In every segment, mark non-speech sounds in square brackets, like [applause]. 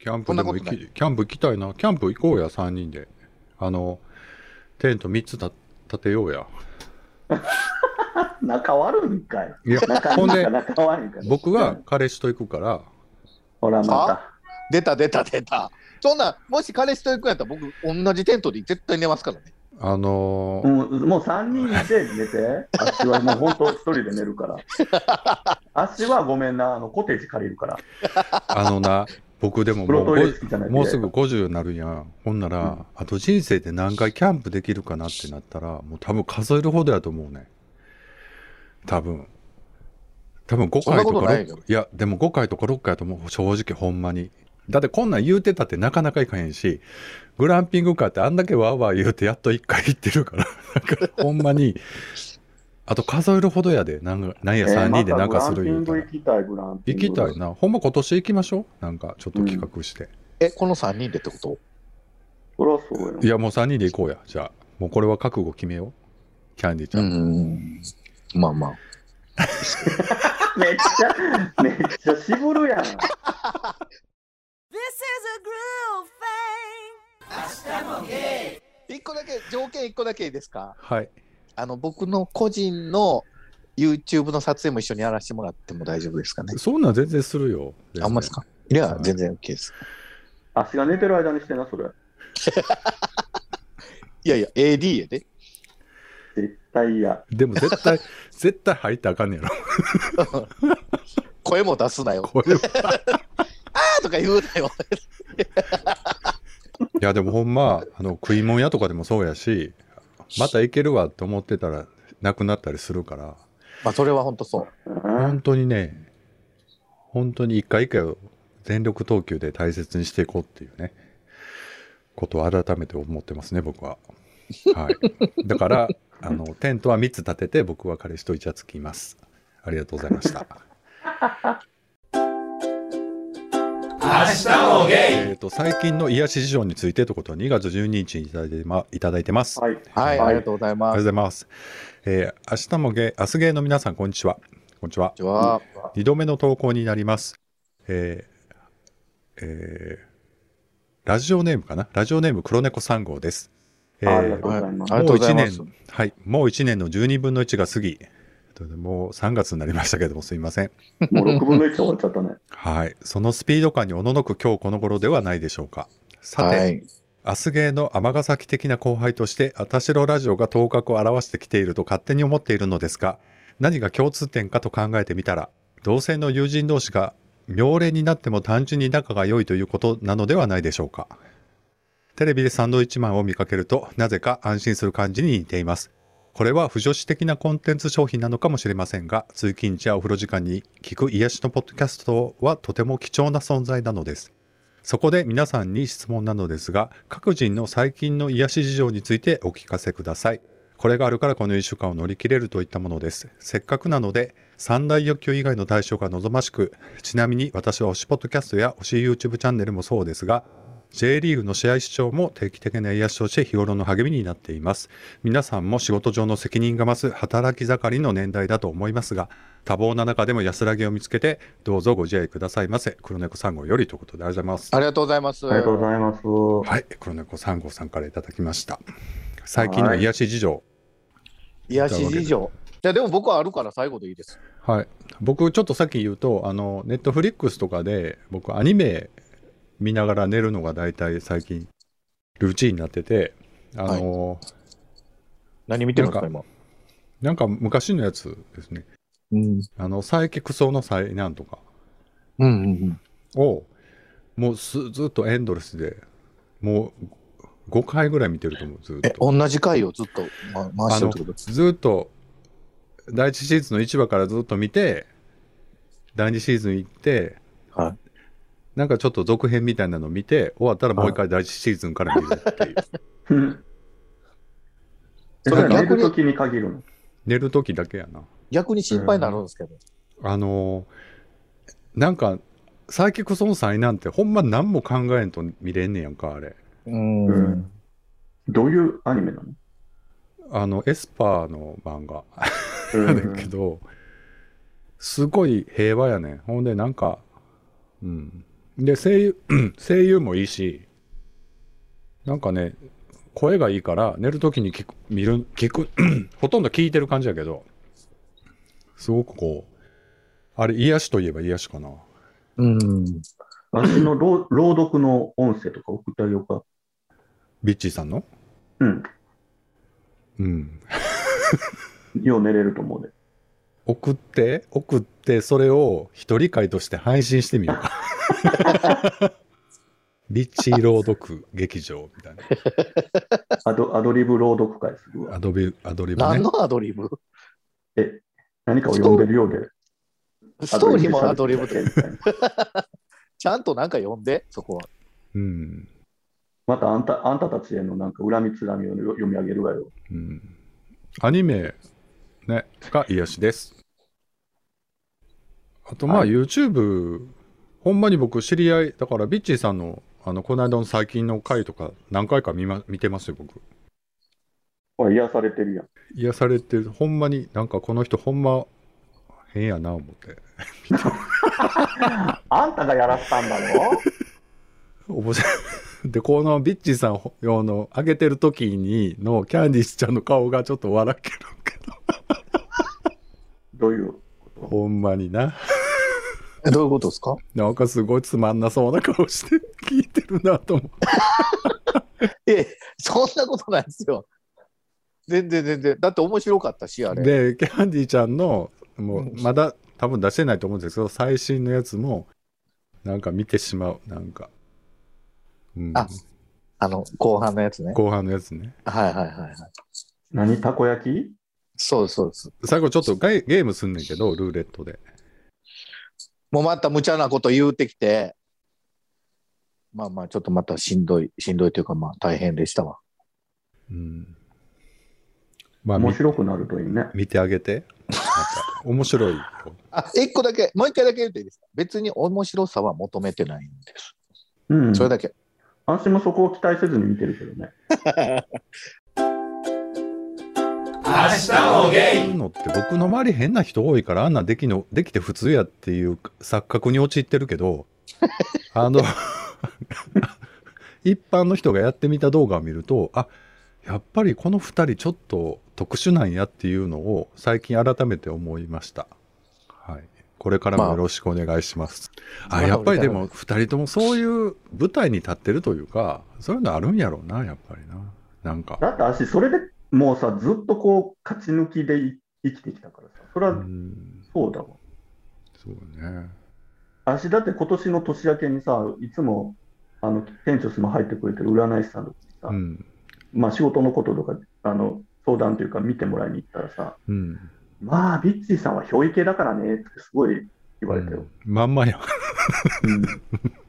キャンプでも行き、キャンプ行きたいな。キャンプ行こうや、3人で。あの、テント3つた立てようや。仲悪いんかい。いや、仲ほんで、仲悪いんかい。僕は彼氏と行くから、ほら、ま出た出た出た。そんな、もし彼氏と行くんやったら僕、同じテントで絶対寝ますからね。あのた。うん、もう3人で寝て、あっちはもう本当一人で寝るから。 [laughs] あっちはごめんな、あのコテージ借りるから。あのな、僕でもプもロうトごイレ付きじゃないともうすぐ50になるやん。ほんなら、うんあと人生で何回キャンプできるかなってなったら、もう多分数えるほどやと思うね。多分。多分5そん回なとこかと6ないよいや、でも5回とか6回やと思う。正直ほんまに。だってこんなん言うてたってなかなかいかへんし、グランピングカーってあんだけワーワー言うてやっと1回行ってるから、 [laughs] なんかほんまに、あと数えるほどやで、なんかなんや3人でなんかするえー言うまたらたグランピング行きたい、グランピン行グ。きたい。な。ほんま今年行きましょう。なんかちょっと企画して。え、この3人でってことそらそうよい。や、もう3人で行こうや。じゃあ、もうこれは覚悟決めよう。キャンディちゃん。ん。まあまあ。めっちゃ、め [laughs] っちゃ絞るやん。 This is a groove thing. 1個だけ、条件1個だけいいですかはい。あの、僕の個人の YouTube の撮影も一緒にやらせてもらっても大丈夫ですかね。そんなん全然するよ。あんまですかいや、全然 OK です。足が寝てる間にしてな、それ。いやいや、AD やで。絶対嫌。でも絶対、絶対入ったらあかんねやろ。声も出すな [laughs] よ。これはあーとか言うなよ。いや、でもほんま、あの、食い物屋とかでもそうやし、また行けるわって思ってたら、なくなったりするから、まあ、それは本当そう。うん本当にね、本当に一回一回を全力投球で大切にしていこうっていうね、ことを改めて思ってますね、僕は。はい。だから、 [laughs] あの、テントは3つ立てて、僕は彼氏とイチャつきます。ありがとうございました。えっと、最近の癒し事情についてということは2月12日にいただいて,、ま、いただいてます。はい。はい、はいありがとうございあまりす。がとうございます。えー明日もゲー、明日ゲーの皆さん、こんにちは。こんにちは。こんにちは。 2度目の投稿になります。えーえーラジオネームかなラジオネーム黒猫3号です。えありがーとうございますあ。りがともううご1ざいます年、はい、もう1年の12分の1が過ぎ、ということでもう3月になりましたけども、すいません。もう6分の1終わっちゃったね。はい、そのスピード感におののく今日この頃ではないでしょうか。さて、はい。明日芸の尼崎的な後輩として、あたしろラジオが頭角を現してきていると勝手に思っているのですが、何が共通点かと考えてみたら、同性の友人同士が妙齢になっても単純に仲が良いということなのではないでしょうか。テレビでサンドイッチマンを見かけると、なぜか安心する感じに似ています。これは不女子的なコンテンツ商品なのかもしれませんが、通勤時やお風呂時間に聞く癒しのポッドキャストはとても貴重な存在なのです。そこで皆さんに質問なのですが、各人の最近の癒し事情についてお聞かせください。これがあるからこの1週間を乗り切れるといったものです。せっかくなので、三大欲求以外の対象が望ましく、ちなみに私は推しポッドキャストや推し YouTube チャンネルもそうですが、J リーグの試合視聴も定期的な癒しとして日頃の励みになっています。皆さんも仕事上の責任が増す働き盛りの年代だと思いますが、多忙な中でも安らぎを見つけて、どうぞご自愛くださいませ。黒猫3号よりということでありがとうございますあ。りがとうございます。ありがとうございます。はい、黒猫三号さんからいただきました。最近のはい癒し事情。癒し事情。いや、でも僕はあるから最後でいいです。はい、僕ちょっとさっき言うと、あのネットフリックスとかで僕アニメ見ながら寝るのが大体最近ルーチンになってて、あの、何見てるんですか、今。なんか昔のやつですね。うん。あのサイキクソの災難とかうんうんをもうすずっとエンドレスでもう5回ぐらい見てると思うずっえ、と。同じ回をずっと、ま、回してるってことです。ずーっと第一シーズンの1話からずっと見て第二シーズン行って、はいなんかちょっと続編みたいなの見て終わったらもう一回第一シーズンから見るって [laughs] いううんそえそれれ寝逆るにときに限るの。寝る時だけやな逆に心配になるんですけど。あのーなんかサイキック損災なんてほんま何も考えんと見れんねやんかあれうんうんどういうアニメなのあのエスパーの漫画うやねんけど、すごい平和やねん。ほんで、なんか、うん、で声優 [clears throat] 声優もいいしなんかね声がいいから寝る時に聞く見る聞く [clears throat] ほとんど聞いてる感じやけどすごくこうあれ癒しといえば癒しかなうん。私の朗朗読の音声とか送ってあげようか。ビッチーさんのうん。うんよう寝れると思うで。送って送ってそれを一人会として配信してみようかビッチー朗読劇場みたいアドアドリブ朗読会するなわア。ドビアドリブ何ねのアドリブえ、何かを読んでるようで。ストーリーもアドリブで。みたいなちゃんとなんか読んで、そこは。うん、またあんたあんたたちへのなんか恨みつらみをよ読み上げるわよ。うん、アニメねが癒しですあとまあ、はい YouTube ほんまに僕知り合いだからビッチーさんのあのこの間の最近の回とか何回か見,、ま、見てますよ僕ほら、癒されてるやん。癒されてるほんまになんかこの人ほんま変やな思ってあんたがやらせたんだろ面白い。 [laughs] で、このビッチーさん用の上げてる時にのキャンディスちゃんの顔がちょっと笑けるけど、どういう。ほんまにな。どういうことですかなんかすごいつまんなそうな顔して聞いてるなと思う。ええ、そんなことないですよ。全然全然。だって面白かったし、あれ。で、キャンディちゃんの、もううんまだ多分出してないと思うんですけど、最新のやつも、なんか見てしまう。なんか。うん、ああの、後半のやつね。後半のやつね。はいはいはいはい。何たこ焼きそうですそうです。最後ちょっとゲゲームすんねんけど、ルーレットで。もうまた無茶なこと言うてきて、まあまあ、ちょっとまたしんどい、しんどいというか、まあ大変でしたわ。うん。まあ、み面白くなるといいね。見てあげて。また面白いよ。あ、一個だけ、もう一回だけ言うといいですか別に面白さは求めてないんです。うん。それだけ。私もそこを期待せずに見てるけどね。そういうのって僕の周り変な人多いからあんなんできのできて普通やっていう錯覚に陥ってるけ [laughs] どあの [laughs] 一般の人がやってみた動画を見るとあやっぱりこの2人ちょっと特殊なんやっていうのを最近改めて思いました。はいこれからもよろしくお願いします。まああ、やっぱりでも2人ともそういう舞台に立ってるというか、そういうのあるんやろうな、やっぱりな。なんか。だって私、それでもうさ、ずっとこう、勝ち抜きでい生きてきたからさ、それうはん、そうだわ。そうね。私、だって今年の年明けにさ、いつも、あの、店長様入ってくれてる占い師さんとかにさ、うん。まあ仕事のこととか、あの、相談というか見てもらいに行ったらさ、うん。まあ、ビッチーさんは憑依系だからねってすごい言われたよ。うんまんまや。うんだか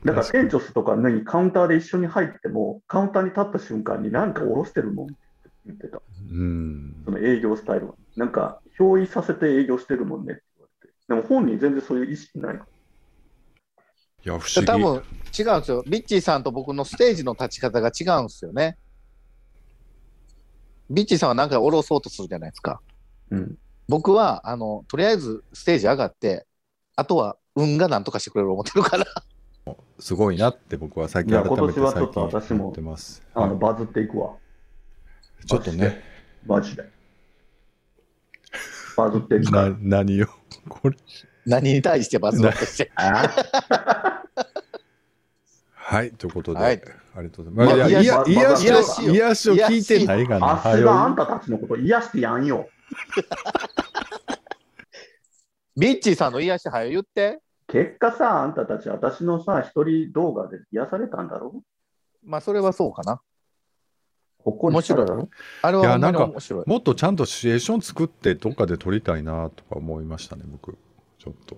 ら、店長とか何、カウンターで一緒に入っても、カウンターに立った瞬間になんか下ろしてるもんって言ってた。うんそ。の営業スタイルは。なんか、憑依させて営業してるもんねって言われて。でも本人全然そういう意識ない。いや、不思議。多分違うんですよ。ビッチーさんと僕のステージの立ち方が違うんですよね。ビッチーさんはなんか下ろそうとするじゃないですか。うん。僕は、あの、とりあえずステージ上がって、あとは運がなんとかしてくれる思ってるから。 [laughs] すごいなって僕は最近いや改めて今年はちょ最っ近と私も思ってます。あの、はバズっていくわ。いちょっとね、マジで。バズっていくかなら。何を、これ。何に対してバズろうとして。はい、ということで、はいありがとうございます。まあいやいや、癒癒やしし癒を、し癒しを聞いてないがな。あっはしよがあんたたちのこと癒してやんよ。ビッチーさんの癒し早言って。結果さ、あんたたち、私のさ、一人動画で癒されたんだろまあ、それはそうかな。ほっこりしただろあれいやはほんまになんか面白い。もっとちゃんとシチュエーション作って、どっかで撮りたいなとか思いましたね、僕。ちょっと。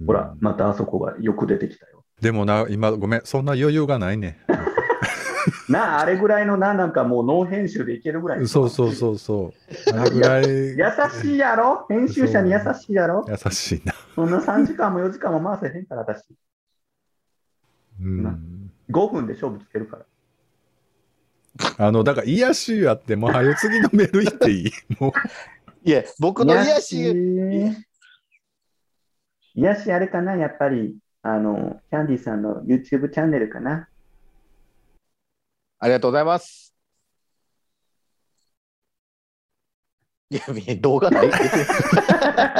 うんほら、またあそこがよく出てきたよ。でもな、今、ごめん、そんな余裕がないね。なあ、あれぐらいのな、なんかもうノー編集でいけるぐらい。そうそうそうそう。あれぐらい、優しいやろ編集者に優しいやろ優しいな。そんな3時間も4時間も回せへんから、私。うん。 5分で勝負つけるから。あの、だから、癒しやって、もう、はよ、次のメール行っていいもいや、僕の癒し、癒しあれかな、やっぱり。あの、キャンディさんの YouTube チャンネルかな。ありがとうございます。いや、み動画ない。 [laughs] [laughs]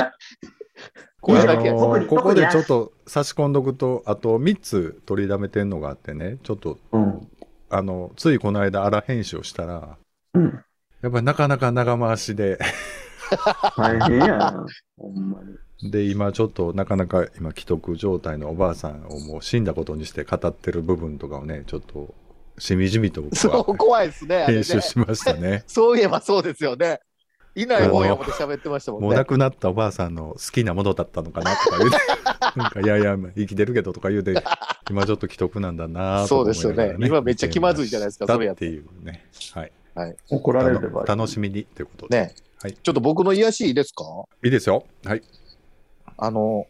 これだけやあつ。の特にここ特にでなちょっと差し込んどくと、あと3つ取りだめてんのがあってね、ちょっと、うん。あの、ついこの間、荒編集をしたら、うん。やっぱりなかなか長回しで、 [laughs] 大変や [laughs] な。ほんまに。で、今ちょっとなかなか今、既得状態のおばあさんをもう死んだことにして語ってる部分とかをね、ちょっと、しみじみと僕そはう、怖いですね。あれね編集しましたね。そういえばそうですよね。いない本やもで喋ってましたもんもう亡ね。くなったおばあさんの好きなものだったのかなとか言うて、 [laughs] なんか、いやいや、生きてるけどとか言うて、今ちょっと既得なんだなとか思いながらそうですよね今めっちゃ気まずいじゃないですかだそれやっってていうね。はい。怒られればあの楽しみにということで。ね。はいちょっと僕の癒しいいですかいいですよ。はい。あの、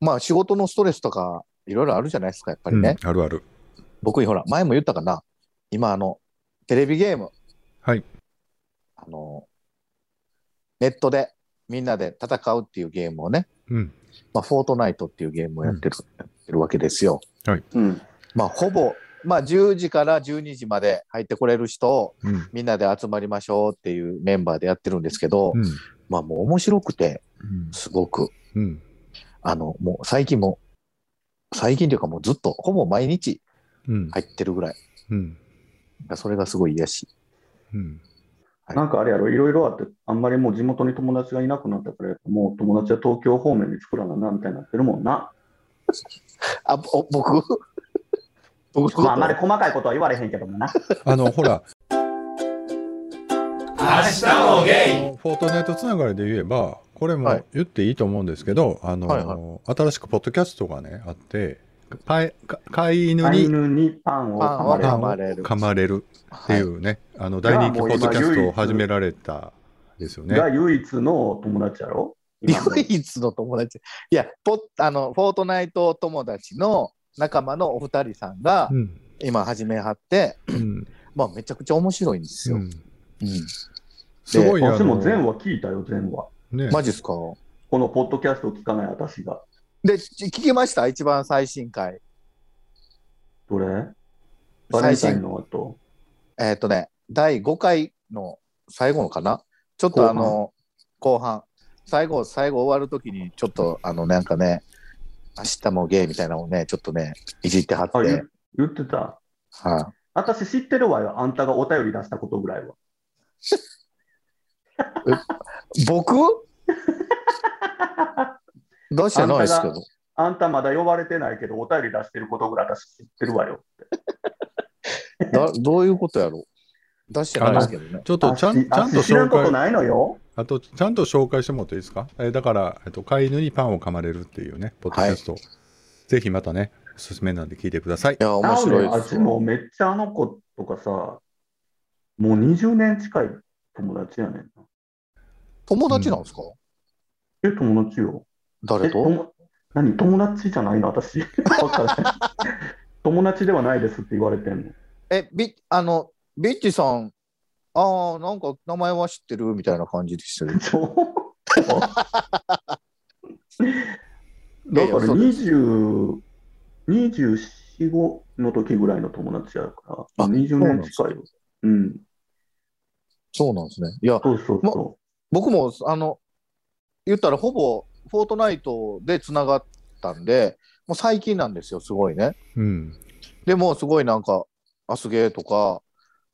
まあ仕事のストレスとかいろいろあるじゃないですか、やっぱりね。うんあるある。僕、ほら、前も言ったかな。今、あの、テレビゲーム。はい。あの、ネットでみんなで戦うっていうゲームをね、うん。まあ、フォートナイトっていうゲームをやってる、やってるわけですよ。うん。まあ、ほぼ、まあ、10時から12時まで入ってこれる人をうん。みんなで集まりましょうっていうメンバーでやってるんですけど、うん。まあ、もう面白くて、うんすごく。うん。あの、もう最近も、最近というかもうずっと、ほぼ毎日うん。入ってるぐらい。うん。それがすごい癒し。うん。なんかあれやろ、いろいろあって、あんまりもう地元に友達がいなくなったから、もう友達は東京方面に作らななみたいになってるもんな。あ、ぼ僕 [laughs] 僕のことまあ、あんまり細かいことは言われへんけどもな。あの、ほら、明日もゲイフォートナイトつながりで言えば、これはもい言っていいと思うんですけど、あの、はいは新しくポッドキャストがね、あって、パイか飼い犬アイにヌにパンをパン噛まはれる噛噛まれる。噛まれるっていはうね、あの、大人気ポッドキャストを始められたですよね。が唯一の友達やろ。 [laughs] い今の唯一の友達。いや、ポあの、フォートナイト友達の仲間のお二人さんがうん。今始めはって、うん。まあめちゃくちゃ面白いんですよ。うんうんすごい、あ私も全の、話聞いたよ、全話。ね、マジっすかこのポッドキャストを聞かない私が。で、ち聞きました一番最新回。どれバレンタインの後。えっ、とね、第5回の最後のかなちょっとあの、後半。最後、最後終わるときに、ちょっとあの、なんかね、明日もゲイみたいなのをね、ちょっとね、いじってはって。あ、はい、言言ってた。私知ってるわよ、あんたがお便り出したことぐらいは。僕出してないですけあんど。あんたまだ呼ばれてないけど、お便り出してることぐらい私知ってるわよ。だどういうことやろう出してないですけどね。ちょっとちゃんちゃんとあ知ら紹んこと介、ないのよ。あと、ちゃんと紹介してもらっていいですかえーだから、えっと、飼い犬にパンを噛まれるっていうね、ポッドキャスト、ぜひまたね、おすすめなんで聞いてくださいい。や、面白いあです私。もめっちゃあの子とかさ、もう20年近い友達やねんな。友達なんですか、え、友達よ。誰え、と友何友達じゃないの [laughs] 私。わからへん友達ではないですって言われてんの。え、ビあの、ビッチさん、ああ、なんか名前は知ってるみたいな感じでしたよ。ちょ [laughs] っとだいやからいやそうです20、24、5の時ぐらいの友達やから、あ20年近いよ。うん、そうなんですね。いや、そうそうそ僕も、あの、言ったらほぼ、フォートナイトでつながったんで、もう最近なんですよ、すごいね。うん。でも、すごいなんか、アスゲーとか、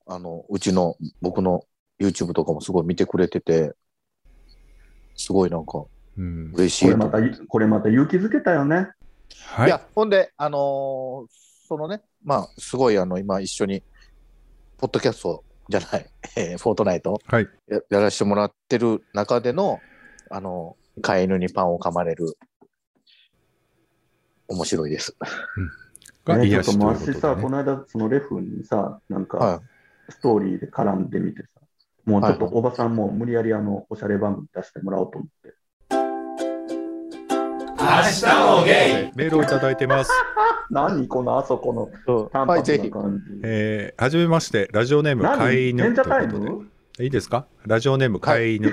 あの、うちの、僕の YouTube とかもすごい見てくれてて、すごいなんか、うん。嬉しう。こいれとまた、これまた勇気づけたよね。はいい。や、ほんで、あのーそのね、まあ、すごい、あの、今一緒に、ポッドキャストじゃない、えーフォートナイト、はいややらせてもらってる中での、あの、飼い犬にパンを噛まれる、面白いです。がねちょ癒っとしともういう私ことさ、で、こね。の間、そのレフにさ、なんはか、ストーリーで絡んでみてさ、もうちょっとおばさんも無理やりあの、おしゃれ番組出してもらおうと思って。明日もゲイメールをいただいてます。何このあそこのい。そう淡はい、ぜ白ひな。感じ。えーはじめまして、ラジオネーム、何飼い犬賢者とタいイうことムで。いいですかラジオネーム、飼い犬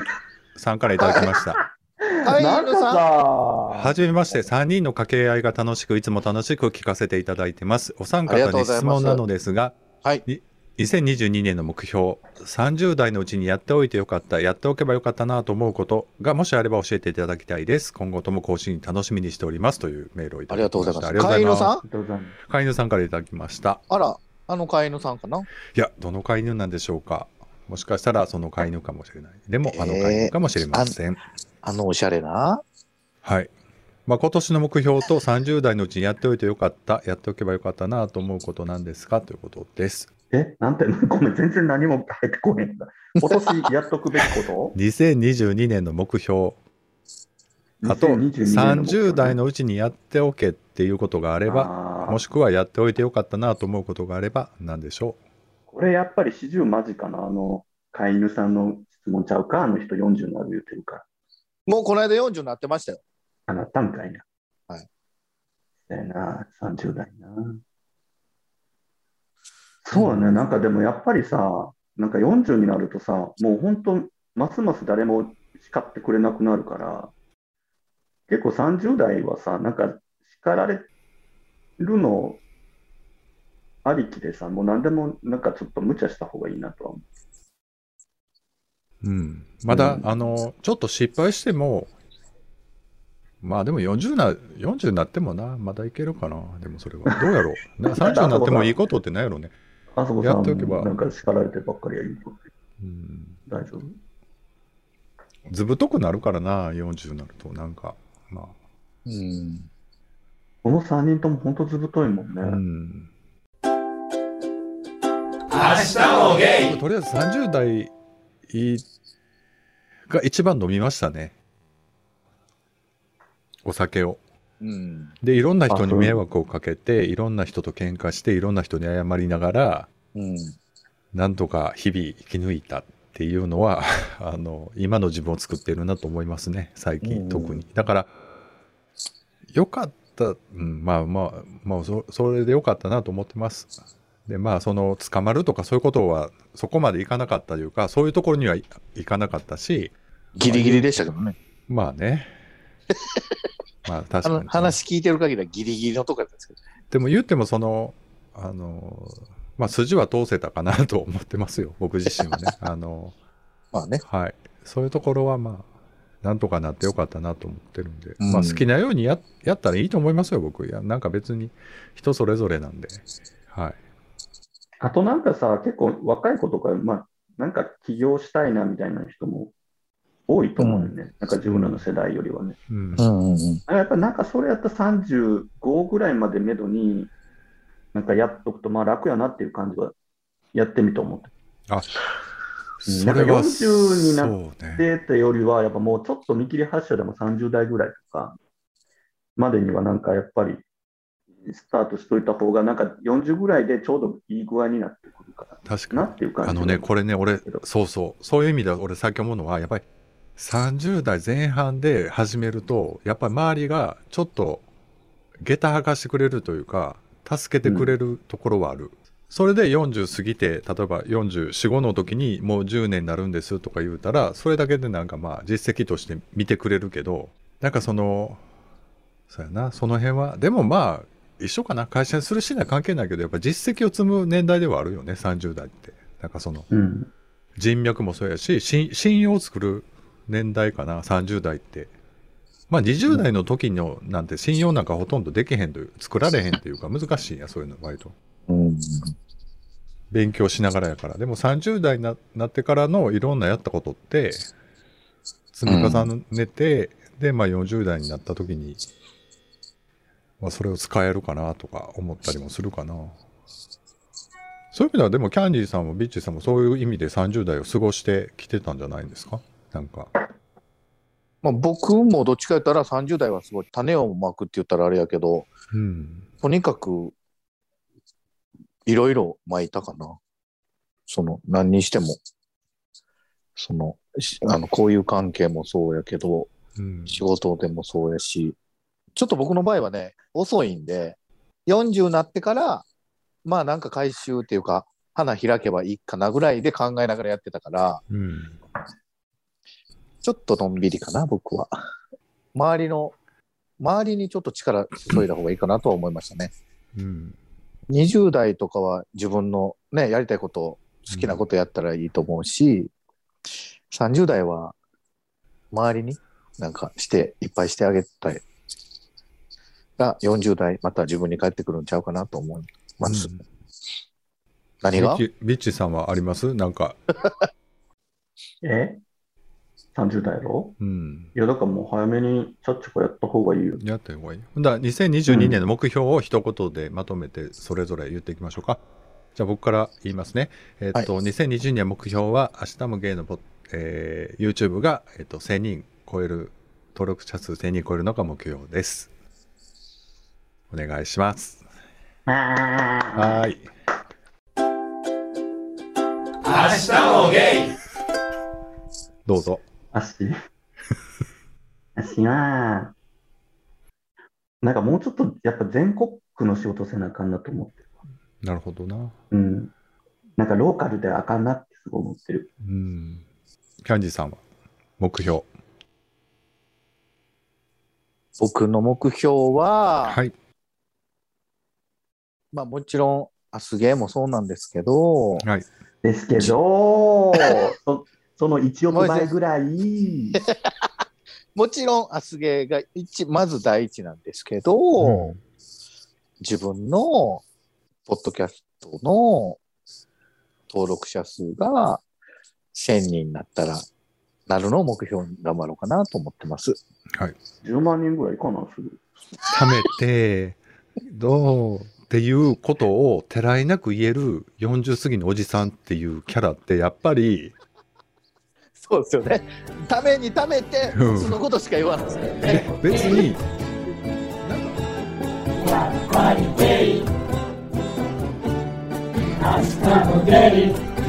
さんからいただきました。はい、なん犬かさん。さは、じめまして、3人の掛け合いが楽しく、いつも楽しく聞かせていただいてます。お三ありが方とうごにざいます質問なのですが、はいい2022年の目標、30代のうちにやっておいてよかった、やっておけばよかったなと思うことが、もしあれば教えていただきたいです。今後とも更新楽しみにしておりますというメールをいたあだりきがとうまごしざいた。ます。飼いん犬さんありがとうございま飼い犬さんからいただきました。あら、あの飼い犬さんかないや、どの飼い犬なんでしょうか。もしかしたらその飼い犬かもしれない。でも、あの飼い犬かもしれません。あのおしゃれな。はい。まあ、今年の目標と30代のうちにやっておいてよかった、やっておけばよかったなと思うことなんですかということです。す。え、なんて、 [laughs] ごめん、全然何も入ってこへん [laughs] だ。今年やっとくべきこと2022年の目標、あと30代のうちにやっておけっていうことがあれば、ばもしくはやっておいてよかったなと思うことがあれば何でしょこれやっぱり四十間近なあの飼い犬さんの質問ちゃうかあの人40になる言うてるからもうこの間40になってましたよ。あなったんかいなはいだよな30代なそうだね、なんかでもやっぱりさなんか40になるとさもう本当ますます誰も叱ってくれなくなるから結構30代はさなんか叱られるのありきでさもう何でもなんかちょっと無茶した方がいいなとは思うう。うん。まだ、うんあの、ちょっと失敗しても、まあでも40な、40になってもな、まだいけるかな。でもそれは。どうやろ [laughs] う。な30になってもいいことってないやろね。あそこやさんっておけばなんか叱られてばっかりやりにくいうん大丈夫ずぶとくなるからな、40になると、なんか、まうん。この3人とも本当ずぶといもんね。あ、うん。明日もゲイとりあえず30代が一番飲みましたね。お酒を。うん。で、いろんな人に迷惑をかけて、いろんな人と喧嘩して、いろんな人に謝りながら、うん。なんとか日々生き抜いたっていうのは [laughs] あの今の自分を作ってるなと思いますね最うん近特に、だからよかった、うん、まあまあまあそそれでよかったなと思ってますでまあその捕まるとかそういうことはそこまでいかなかったというかそういうところにはいいかなかったしギリギリでしたけどね。まあ [laughs] ねまあ確あかにのね話聞いてる限りはギリギリのとこやったんですけど。でも言ってもその、あの、まあ、筋は通せたかなと思ってますよ、僕自身はね。あの、まあね。はい。そういうところはまあ、なんとかなってよかったなと思ってるんで、うんまあ好きなようにややったらいいと思いますよ、僕。いや、なんか別に人それぞれなんで。はい。あとなんかさ、結構若い子とか、まあ、なんか起業したいなみたいな人も多いと思うよね。なんか自分らの世代よりはね。うんう。んうんうん。あやっぱなんかそれやったら35ぐらいまでめどに、なんかやっとくと、まあ楽やなっていう感じはやってみて思って。あ、うんそれは、そ40になっうね。でってよりは、やっぱもうちょっと見切り発車でも30代ぐらいとかまでにはなんかやっぱりスタートしといた方が、なんか40ぐらいでちょうどいい具合になってくるか確らなかにっ。ていう感じ。あのね、これね、俺、そうそう、そういう意味では俺、最近思うのは、やっぱり30代前半で始めると、やっぱり周りがちょっと下駄履かしてくれるというか、助けてくれるところはある。それで40過ぎて、例えば44、5の時にもう10年になるんですとか言うたら、それだけでなんかまあ実績として見てくれるけど、なんかその、そうやな、その辺は、でもまあ一緒かな、会社にするしない関係ないけど、やっぱ実績を積む年代ではあるよね、30代って。なんかその、うん、人脈もそうやし信信用を作る年代かな30代ってまあ20代の時のなんて信用なんかほとんどできへんという作られへんというか難しいんやそういうの割とうん勉強しながらやからでも30代にななってからのいろんなやったことって積み重ねて、でまあ40代になった時に、まあ、それを使えるかなとか思ったりもするかなそういう意味ではでもキャンディーさんもビッチーさんもそういう意味で30代を過ごしてきてたんじゃないんですかなんかまあ、僕もどっちか言ったら30代はすごい種をまくって言ったらあれやけど、うんとにかくいろいろ巻いたかな。その何にしても。その、しあの、交友関係もそうやけど、うん仕事でもそうやし、ちょっと僕の場合はね、遅いんで、40になってから、まあなんか回収っていうか、花開けばいいかなぐらいで考えながらやってたから、うんちょっとのんびりかな、僕は。周りの、周りにちょっと力注いだ方がいいかなとは思いましたね。うん。 20代とかは自分のね、やりたいことを、好きなことやったらいいと思うし、30代は周りになんかして、いっぱいしてあげたい。が、40代、また自分に返ってくるんちゃうかなと思います。うん何がビッチビッチさんはありますなんか、え ?30 代やろうん。いや、だからもう早めにちゃっちゃかやった方がいいよ。やった方がいい。ほんだら2022年の目標を一言でまとめてそれぞれ言っていきましょうか。じゃあ僕から言いますね。えっ、と、2020年目標は明日もゲイのポッ、えー YouTube が、えっと1000人超える、登録者数1000人超えるのが目標です。お願いします。はーい。明日もゲイどうぞ。足。足は、なんかもうちょっとやっぱ全国区の仕事せなあかんなと思って。なるほどな。うん。なんかローカルであかんなってすごい思ってる。うん。キャンディさんは目標。僕の目標は、はい。まあもちろん、アスゲーもそうなんですけど、はい。ですけど、そその1億倍ぐらい、もちろん、アスゲーが一、まず第一なんですけど、うん自分のポッドキャストの登録者数が1000人になったら、なるのを目標に頑張ろうかなと思ってます。 10万人ぐらいかな、すぐ。貯めて、どうっていうことをてらいなく言える40過ぎのおじさんっていうキャラってやっぱり、そうですよ [laughs] ね。ためにためて、うんそのことしか言わないですよね。ね別に、 Hasta Moguei,